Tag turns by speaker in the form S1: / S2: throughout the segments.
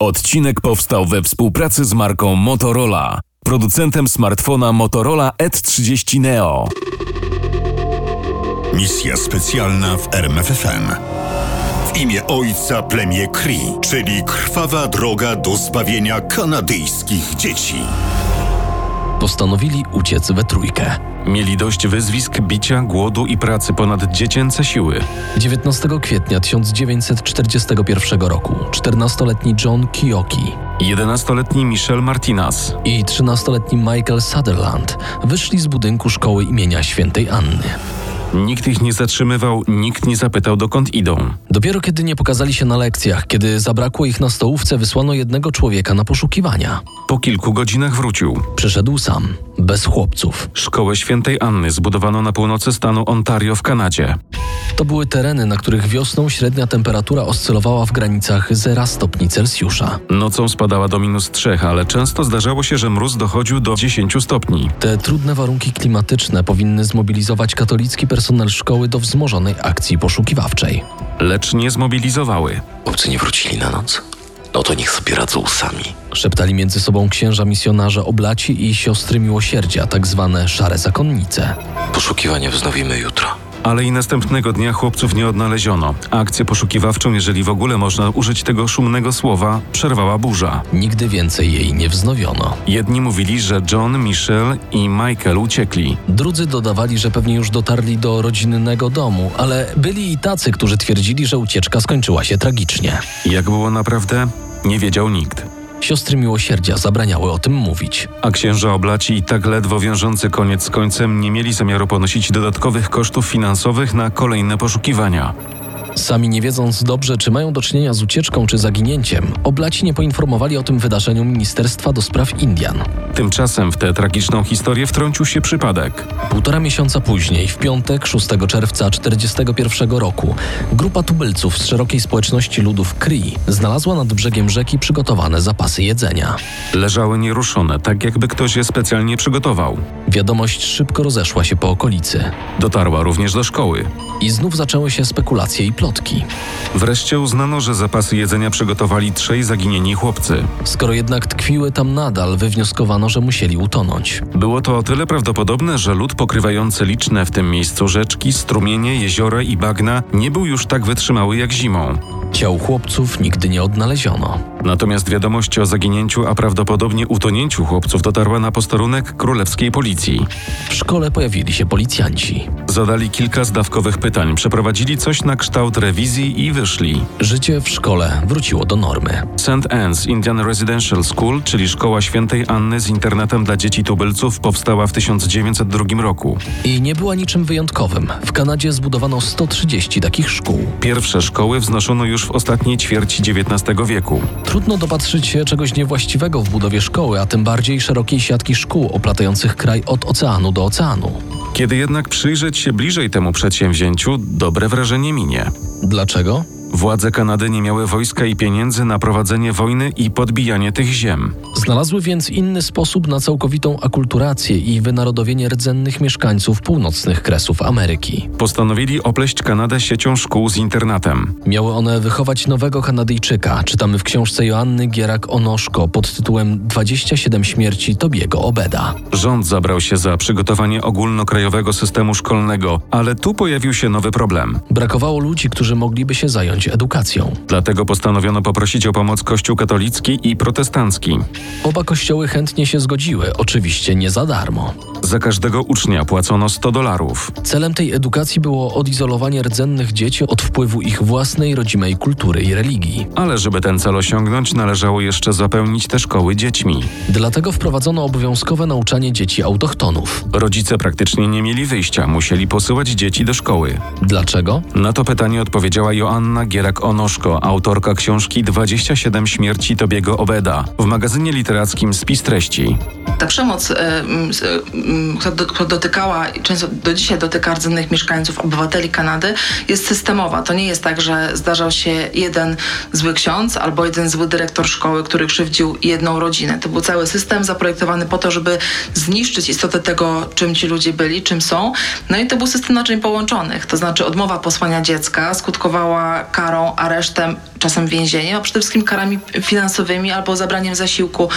S1: Odcinek powstał we współpracy z marką Motorola, producentem smartfona Motorola E30 Neo.
S2: Misja specjalna w RMFFM. W imię ojca plemię Cree, czyli krwawa droga do zbawienia kanadyjskich dzieci.
S3: Postanowili uciec we trójkę.
S4: Mieli dość wyzwisk, bicia, głodu i pracy ponad dziecięce siły.
S3: 19 kwietnia 1941 roku 14-letni John Kioki
S4: 11-letni Michel Martinez,
S3: i 13-letni Michael Sutherland wyszli z budynku szkoły imienia Świętej Anny.
S4: nikt ich nie zatrzymywał, nikt nie zapytał dokąd idą.
S3: Dopiero kiedy nie pokazali się na lekcjach, kiedy zabrakło ich na stołówce, wysłano jednego człowieka na poszukiwania.
S4: Po kilku godzinach wrócił.
S3: Przyszedł sam, bez chłopców.
S4: Szkołę Świętej Anny zbudowano na północy stanu Ontario w Kanadzie.
S3: To były tereny, na których wiosną średnia temperatura oscylowała w granicach 0 stopni Celsjusza.
S4: Nocą spadała do minus 3, ale często zdarzało się, że mróz dochodził do 10 stopni.
S3: Te trudne warunki klimatyczne powinny zmobilizować katolicki personel szkoły do wzmożonej akcji poszukiwawczej.
S4: Lecz nie zmobilizowały.
S5: Obcy nie wrócili na noc? No to niech sobie radzą sami.
S3: Szeptali między sobą księża misjonarze oblaci i siostry miłosierdzia, tak zwane szare zakonnice.
S5: Poszukiwania wznowimy jutro.
S4: Ale i następnego dnia chłopców nie odnaleziono. Akcję poszukiwawczą, jeżeli w ogóle można użyć tego szumnego słowa, przerwała burza.
S3: Nigdy więcej jej nie wznowiono.
S4: Jedni mówili, że John, Michel i Michael uciekli.
S3: Drudzy dodawali, że pewnie już dotarli do rodzinnego domu, ale byli i tacy, którzy twierdzili, że ucieczka skończyła się tragicznie.
S4: Jak było naprawdę? Nie wiedział nikt.
S3: Siostry miłosierdzia zabraniały o tym mówić.
S4: A księża oblaci i tak ledwo wiążący koniec z końcem nie mieli zamiaru ponosić dodatkowych kosztów finansowych na kolejne poszukiwania.
S3: Sami nie wiedząc dobrze, czy mają do czynienia z ucieczką czy zaginięciem, oblaci nie poinformowali o tym wydarzeniu Ministerstwa do Spraw Indian.
S4: Tymczasem w tę tragiczną historię wtrącił się przypadek.
S3: Półtora miesiąca później, w piątek 6 czerwca 1941 roku, grupa tubylców z szerokiej społeczności ludów Kryi znalazła nad brzegiem rzeki przygotowane zapasy jedzenia.
S4: Leżały nieruszone, tak jakby ktoś je specjalnie przygotował.
S3: Wiadomość szybko rozeszła się po okolicy.
S4: Dotarła również do szkoły.
S3: I znów zaczęły się spekulacje i plotki.
S4: Wreszcie uznano, że zapasy jedzenia przygotowali trzej zaginieni chłopcy.
S3: Skoro jednak tkwiły tam nadal, wywnioskowano, że musieli utonąć.
S4: Było to o tyle prawdopodobne, że lód pokrywający liczne w tym miejscu rzeczki, strumienie, jeziora i bagna nie był już tak wytrzymały jak zimą.
S3: Ciał chłopców nigdy nie odnaleziono.
S4: Natomiast wiadomość o zaginięciu, a prawdopodobnie utonięciu chłopców dotarła na posterunek królewskiej policji.
S3: W szkole pojawili się policjanci.
S4: Zadali kilka zdawkowych pytań, przeprowadzili coś na kształt rewizji i wyszli.
S3: Życie w szkole wróciło do normy.
S4: St. Anne's Indian Residential School, czyli Szkoła Świętej Anny z internatem dla dzieci tubylców, powstała w 1902 roku.
S3: I nie była niczym wyjątkowym. W Kanadzie zbudowano 130 takich szkół.
S4: Pierwsze szkoły wznoszono już w ostatniej ćwierci XIX wieku.
S3: Trudno dopatrzyć się czegoś niewłaściwego w budowie szkoły, a tym bardziej szerokiej siatki szkół oplatających kraj od oceanu do oceanu.
S4: Kiedy jednak przyjrzeć się bliżej temu przedsięwzięciu, dobre wrażenie minie.
S3: Dlaczego?
S4: Władze Kanady nie miały wojska i pieniędzy na prowadzenie wojny i podbijanie tych ziem.
S3: Znalazły więc inny sposób na całkowitą akulturację i wynarodowienie rdzennych mieszkańców północnych kresów Ameryki.
S4: Postanowili opleść Kanadę siecią szkół z internatem.
S3: Miały one wychować nowego Kanadyjczyka, czytamy w książce Joanny Gierak-Onoszko pod tytułem 27 śmierci Tobiego Obeda.
S4: Rząd zabrał się za przygotowanie ogólnokrajowego systemu szkolnego, ale tu pojawił się nowy problem.
S3: Brakowało ludzi, którzy mogliby się zająć edukacją.
S4: Dlatego postanowiono poprosić o pomoc Kościół katolicki i protestancki.
S3: Oba kościoły chętnie się zgodziły, oczywiście nie za darmo.
S4: Za każdego ucznia płacono 100 dolarów.
S3: Celem tej edukacji było odizolowanie rdzennych dzieci od wpływu ich własnej rodzimej kultury i religii.
S4: Ale żeby ten cel osiągnąć, należało jeszcze zapełnić te szkoły dziećmi.
S3: Dlatego wprowadzono obowiązkowe nauczanie dzieci autochtonów.
S4: Rodzice praktycznie nie mieli wyjścia, musieli posyłać dzieci do szkoły.
S3: Dlaczego?
S4: Na to pytanie odpowiedziała Joanna Gierak-Onoszko, autorka książki 27 śmierci Tobiego Obeda, w magazynie literackim Spis Treści.
S6: Ta przemoc, y, m, s- y, m, która do- która dotykała i często do dzisiaj dotyka rdzennych mieszkańców, obywateli Kanady, jest systemowa. To nie jest tak, że zdarzał się jeden zły ksiądz albo jeden zły dyrektor szkoły, który krzywdził jedną rodzinę. To był cały system zaprojektowany po to, żeby zniszczyć istotę tego, czym ci ludzie byli, czym są. No i to był system naczyń połączonych, to znaczy odmowa posłania dziecka skutkowała karą, aresztem, czasem więzieniem, a przede wszystkim karami finansowymi albo zabraniem zasiłku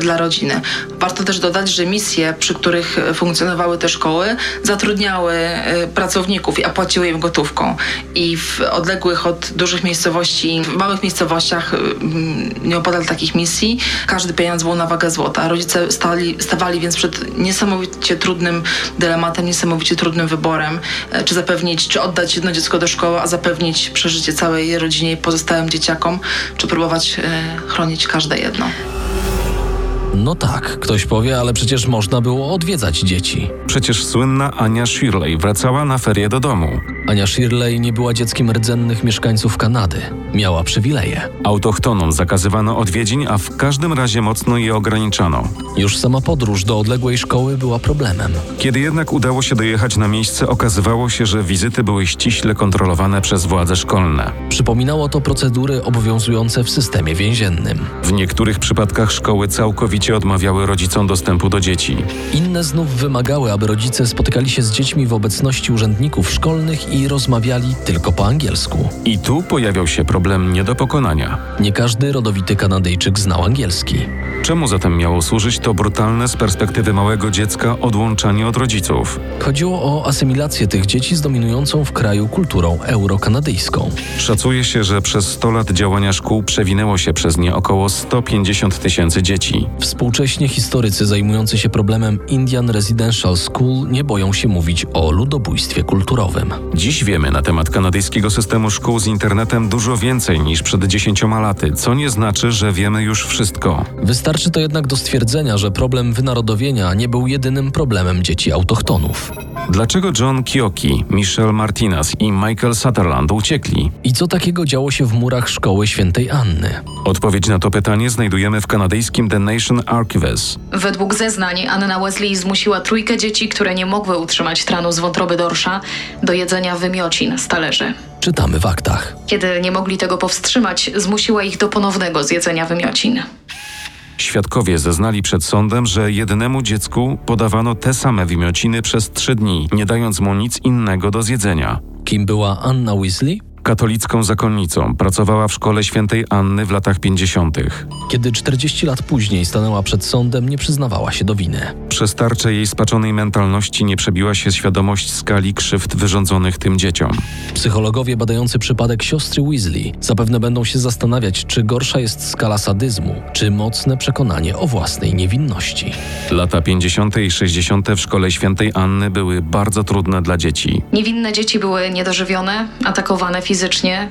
S6: dla rodziny. Warto też dodać, że misje, przy których funkcjonowały te szkoły, zatrudniały e, pracowników, a płaciły im gotówką. I w odległych od dużych miejscowości, w małych miejscowościach e, m, nieopodal takich misji, każdy pieniądz był na wagę złota. Rodzice stali, stawali więc przed niesamowicie trudnym dylematem, niesamowicie trudnym wyborem, e, czy zapewnić, czy oddać jedno dziecko do szkoły, a zapewnić przeżycie całej rodzinie i pozostałym dzieciakom, czy próbować e, chronić każde jedno.
S3: No tak, ktoś powie, ale przecież można było odwiedzać dzieci.
S4: Przecież słynna Ania Shirley wracała na ferie do domu.
S3: Ania Shirley nie była dzieckiem rdzennych mieszkańców Kanady. Miała przywileje.
S4: Autochtonom zakazywano odwiedzin, a w każdym razie mocno je ograniczano.
S3: Już sama podróż do odległej szkoły była problemem.
S4: Kiedy jednak udało się dojechać na miejsce, okazywało się, że wizyty były ściśle kontrolowane przez władze szkolne.
S3: Przypominało to procedury obowiązujące w systemie więziennym.
S4: W niektórych przypadkach szkoły całkowicie odmawiały rodzicom dostępu do dzieci.
S3: Inne znów wymagały, aby rodzice spotykali się z dziećmi w obecności urzędników szkolnych i rozmawiali tylko po angielsku.
S4: I tu pojawiał się problem nie do pokonania.
S3: Nie każdy rodowity Kanadyjczyk znał angielski.
S4: Czemu zatem miało służyć to brutalne z perspektywy małego dziecka odłączanie od rodziców?
S3: Chodziło o asymilację tych dzieci z dominującą w kraju kulturą eurokanadyjską.
S4: Szacuje się, że przez 100 lat działania szkół przewinęło się przez nie około 150 tysięcy dzieci.
S3: Współcześnie historycy zajmujący się problemem Indian Residential School nie boją się mówić o ludobójstwie kulturowym.
S4: Dziś wiemy na temat kanadyjskiego systemu szkół z internetem dużo więcej niż przed 10 laty, co nie znaczy, że wiemy już wszystko.
S3: Wystarczy to jednak do stwierdzenia, że problem wynarodowienia nie był jedynym problemem dzieci autochtonów.
S4: Dlaczego John Kioki, Michelle Martinez i Michael Sutherland uciekli?
S3: I co takiego działo się w murach szkoły świętej Anny?
S4: Odpowiedź na to pytanie znajdujemy w kanadyjskim The Nation Archives.
S7: Według zeznań Anna Wesley zmusiła trójkę dzieci, które nie mogły utrzymać tranu z wątroby dorsza, do jedzenia wymiocin z talerzy.
S3: Czytamy w aktach.
S7: Kiedy nie mogli tego powstrzymać, zmusiła ich do ponownego zjedzenia wymiocin.
S4: Świadkowie zeznali przed sądem, że jednemu dziecku podawano te same wymiociny przez trzy dni, nie dając mu nic innego do zjedzenia.
S3: Kim była Anna Weasley?
S4: Katolicką zakonnicą pracowała w szkole świętej Anny w latach 50.
S3: Kiedy 40 lat później stanęła przed sądem, nie przyznawała się do winy.
S4: Przez tarczę jej spaczonej mentalności nie przebiła się świadomość skali krzywd wyrządzonych tym dzieciom.
S3: Psychologowie badający przypadek siostry Weasley zapewne będą się zastanawiać, czy gorsza jest skala sadyzmu, czy mocne przekonanie o własnej niewinności.
S4: Lata 50. i 60. w szkole świętej Anny były bardzo trudne dla dzieci.
S7: Niewinne dzieci były niedożywione, atakowane fizycznie,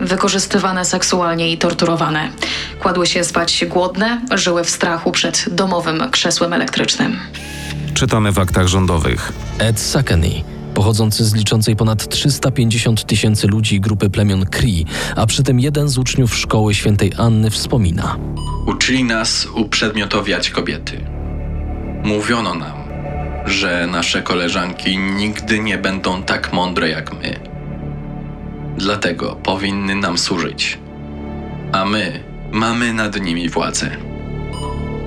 S7: wykorzystywane seksualnie i torturowane. Kładły się spać głodne, żyły w strachu przed domowym krzesłem elektrycznym.
S4: Czytamy w aktach rządowych.
S3: Ed Sakeny, pochodzący z liczącej ponad 350 tysięcy ludzi grupy plemion Cree, a przy tym jeden z uczniów szkoły świętej Anny wspomina.
S8: Uczyli nas uprzedmiotowiać kobiety. Mówiono nam, że nasze koleżanki nigdy nie będą tak mądre jak my. Dlatego powinny nam służyć. A my mamy nad nimi władzę.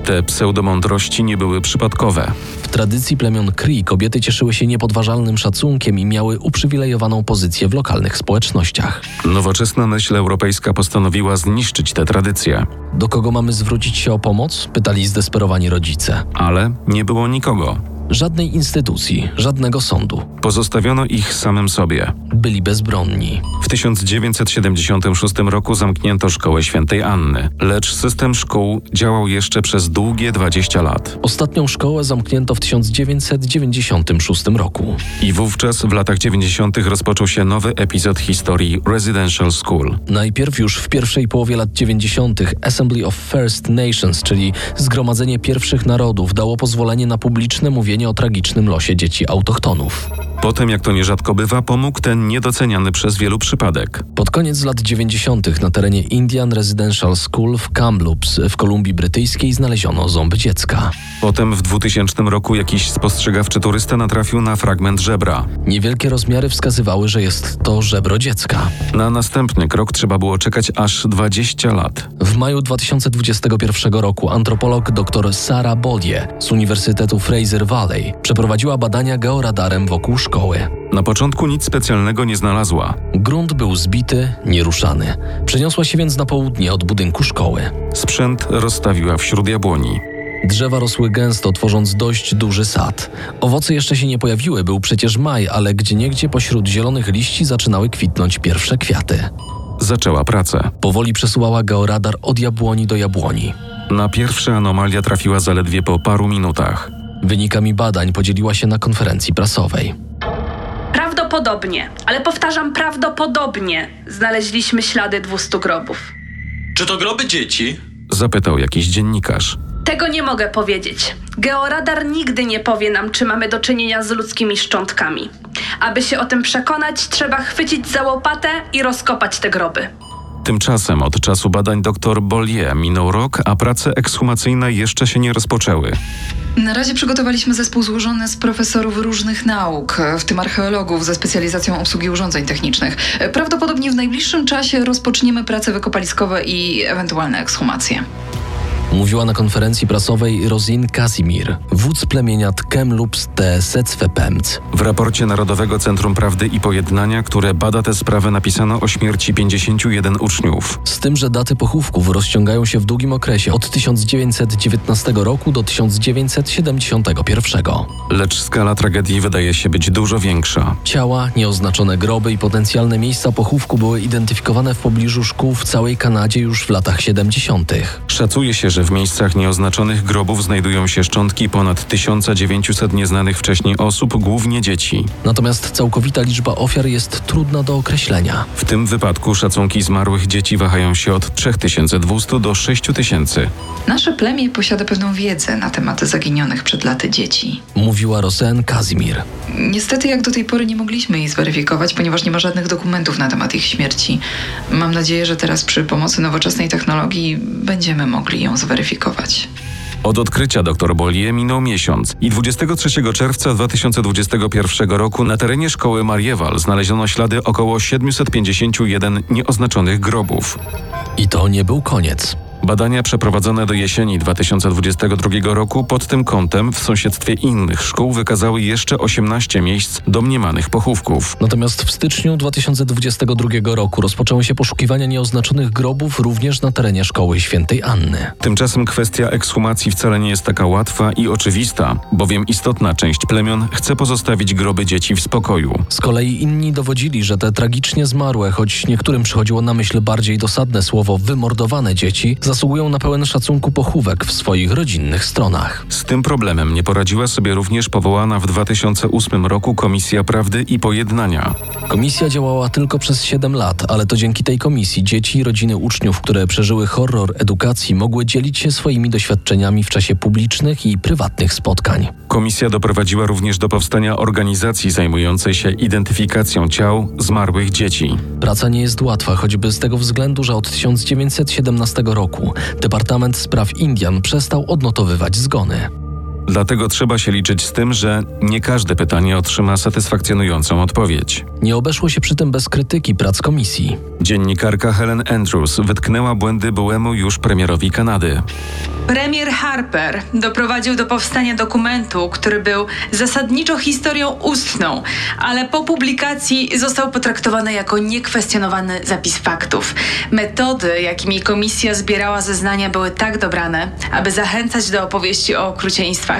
S4: Te pseudomądrości nie były przypadkowe.
S3: W tradycji plemion Cree kobiety cieszyły się niepodważalnym szacunkiem i miały uprzywilejowaną pozycję w lokalnych społecznościach.
S4: Nowoczesna myśl europejska postanowiła zniszczyć te tradycje,
S3: Do kogo mamy zwrócić się o pomoc? Pytali zdesperowani rodzice.
S4: ale nie było nikogo.
S3: Żadnej instytucji, żadnego sądu.
S4: Pozostawiono ich samym sobie.
S3: Byli bezbronni.
S4: W 1976 roku zamknięto szkołę świętej Anny, lecz system szkół działał jeszcze przez długie 20 lat.
S3: Ostatnią szkołę zamknięto w 1996 roku.
S4: I wówczas w latach 90. rozpoczął się nowy epizod historii Residential School.
S3: Najpierw już w pierwszej połowie lat 90. Assembly of First Nations, czyli Zgromadzenie Pierwszych Narodów, dało pozwolenie na publiczne mówienie o tragicznym losie dzieci autochtonów.
S4: Potem, jak to nierzadko bywa, pomógł ten niedoceniany przez wielu przypadek.
S3: Pod koniec lat 90. na terenie Indian Residential School w Kamloops w Kolumbii Brytyjskiej znaleziono ząb dziecka.
S4: Potem w 2000 roku jakiś spostrzegawczy turysta natrafił na fragment żebra.
S3: Niewielkie rozmiary wskazywały, że jest to żebro dziecka.
S4: Na następny krok trzeba było czekać aż 20 lat.
S3: W maju 2021 roku antropolog dr Sara Bolie z Uniwersytetu Fraser Valley przeprowadziła badania georadarem wokół szkoły.
S4: Na początku nic specjalnego nie znalazła.
S3: Grunt był zbity, nieruszany. Przeniosła się więc na południe od budynku szkoły.
S4: Sprzęt rozstawiła wśród jabłoni.
S3: Drzewa rosły gęsto, tworząc dość duży sad. Owoce jeszcze się nie pojawiły, był przecież maj, ale gdzieniegdzie pośród zielonych liści zaczynały kwitnąć pierwsze kwiaty.
S4: Zaczęła pracę.
S3: Powoli przesuwała georadar od jabłoni do jabłoni.
S4: Na pierwsze anomalia trafiła zaledwie po paru minutach.
S3: Wynikami badań podzieliła się na konferencji prasowej.
S9: Prawdopodobnie, ale powtarzam prawdopodobnie, znaleźliśmy ślady 200 grobów.
S8: Czy to groby dzieci?
S4: Zapytał jakiś dziennikarz.
S9: Tego nie mogę powiedzieć. Georadar nigdy nie powie nam, czy mamy do czynienia z ludzkimi szczątkami. Aby się o tym przekonać, trzeba chwycić za łopatę i rozkopać te groby.
S4: Tymczasem od czasu badań dr Bollier minął rok, a prace ekshumacyjne jeszcze się nie rozpoczęły.
S10: Na razie przygotowaliśmy zespół złożony z profesorów różnych nauk, w tym archeologów ze specjalizacją obsługi urządzeń technicznych. Prawdopodobnie w najbliższym czasie rozpoczniemy prace wykopaliskowe i ewentualne ekshumacje.
S3: Mówiła na konferencji prasowej Rosin Kazimir, wódz plemienia Tkemlups te Secwepemc.
S4: W raporcie Narodowego Centrum Prawdy i Pojednania, które bada tę sprawę, napisano o śmierci 51 uczniów.
S3: Z tym, że daty pochówków rozciągają się w długim okresie od 1919 roku do 1971.
S4: Lecz skala tragedii wydaje się być dużo większa.
S3: Ciała, nieoznaczone groby i potencjalne miejsca pochówku były identyfikowane w pobliżu szkół w całej Kanadzie już w latach 70.
S4: Szacuje się, że w miejscach nieoznaczonych grobów znajdują się szczątki ponad 1900 nieznanych wcześniej osób, głównie dzieci.
S3: Natomiast całkowita liczba ofiar jest trudna do określenia.
S4: W tym wypadku szacunki zmarłych dzieci wahają się od 3200 do 6000.
S10: Nasze plemię posiada pewną wiedzę na temat zaginionych przed laty dzieci.
S3: Mówiła Rosen Kazimir.
S10: Niestety jak do tej pory nie mogliśmy jej zweryfikować, ponieważ nie ma żadnych dokumentów na temat ich śmierci. Mam nadzieję, że teraz przy pomocy nowoczesnej technologii będziemy mogli ją zweryfikować.
S4: Od odkrycia dr Bolie minął miesiąc i 23 czerwca 2021 roku na terenie szkoły Mariewal znaleziono ślady około 751 nieoznaczonych grobów.
S3: I to nie był koniec.
S4: Badania przeprowadzone do jesieni 2022 roku pod tym kątem w sąsiedztwie innych szkół wykazały jeszcze 18 miejsc domniemanych pochówków.
S3: Natomiast w styczniu 2022 roku rozpoczęły się poszukiwania nieoznaczonych grobów również na terenie szkoły świętej Anny.
S4: Tymczasem kwestia ekshumacji wcale nie jest taka łatwa i oczywista, bowiem istotna część plemion chce pozostawić groby dzieci w spokoju.
S3: Z kolei inni dowodzili, że te tragicznie zmarłe, choć niektórym przychodziło na myśl bardziej dosadne słowo wymordowane dzieci, zasługują na pełen szacunku pochówek w swoich rodzinnych stronach.
S4: Z tym problemem nie poradziła sobie również powołana w 2008 roku Komisja Prawdy i Pojednania.
S3: Komisja działała tylko przez 7 lat, ale to dzięki tej komisji dzieci i rodziny uczniów, które przeżyły horror edukacji, mogły dzielić się swoimi doświadczeniami w czasie publicznych i prywatnych spotkań.
S4: Komisja doprowadziła również do powstania organizacji zajmującej się identyfikacją ciał zmarłych dzieci.
S3: Praca nie jest łatwa, choćby z tego względu, że od 1917 roku Departament Spraw Indian przestał odnotowywać zgony.
S4: Dlatego trzeba się liczyć z tym, że nie każde pytanie otrzyma satysfakcjonującą odpowiedź.
S3: Nie obeszło się przy tym bez krytyki prac komisji.
S4: Dziennikarka Helen Andrews wytknęła błędy byłemu już premierowi Kanady.
S11: Premier Harper doprowadził do powstania dokumentu, który był zasadniczo historią ustną, ale po publikacji został potraktowany jako niekwestionowany zapis faktów. Metody, jakimi komisja zbierała zeznania, były tak dobrane, aby zachęcać do opowieści o okrucieństwach.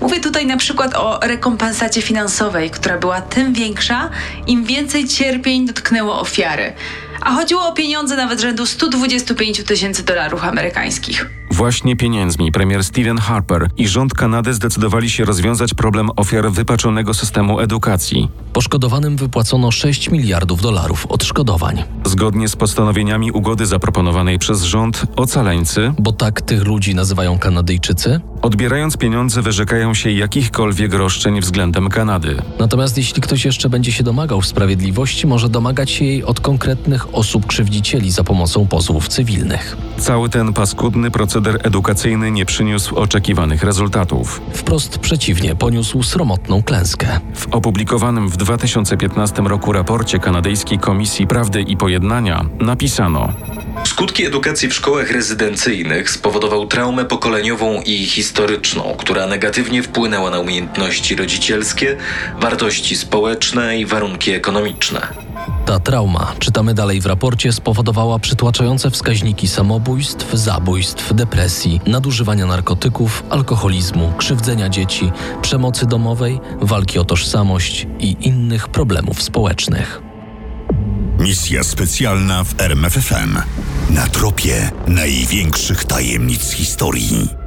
S11: Mówię tutaj na przykład o rekompensacie finansowej, która była tym większa, im więcej cierpień dotknęło ofiary a chodziło o pieniądze nawet rzędu 125 tysięcy dolarów amerykańskich.
S4: Właśnie pieniędzmi premier Stephen Harper i rząd Kanady zdecydowali się rozwiązać problem ofiar wypaczonego systemu edukacji.
S3: Poszkodowanym wypłacono 6 miliardów dolarów odszkodowań.
S4: Zgodnie z postanowieniami ugody zaproponowanej przez rząd, ocaleńcy,
S3: bo tak tych ludzi nazywają Kanadyjczycy,
S4: odbierając pieniądze wyrzekają się jakichkolwiek roszczeń względem Kanady.
S3: Natomiast jeśli ktoś jeszcze będzie się domagał sprawiedliwości, może domagać się jej od konkretnych osób krzywdzicieli za pomocą pozwów cywilnych.
S4: Cały ten paskudny proceder edukacyjny nie przyniósł oczekiwanych rezultatów.
S3: Wprost przeciwnie, poniósł sromotną klęskę.
S4: W opublikowanym w 2015 roku raporcie Kanadyjskiej Komisji Prawdy i Pojednania napisano:
S12: Skutki edukacji w szkołach rezydencyjnych spowodował traumę pokoleniową i historyczną, która negatywnie wpłynęła na umiejętności rodzicielskie, wartości społeczne i warunki ekonomiczne.
S3: Ta trauma, czytamy dalej w raporcie, spowodowała przytłaczające wskaźniki samobójstw, zabójstw, depresji, nadużywania narkotyków, alkoholizmu, krzywdzenia dzieci, przemocy domowej, walki o tożsamość i innych problemów społecznych.
S2: Misja specjalna w RMFFM. Na tropie największych tajemnic historii.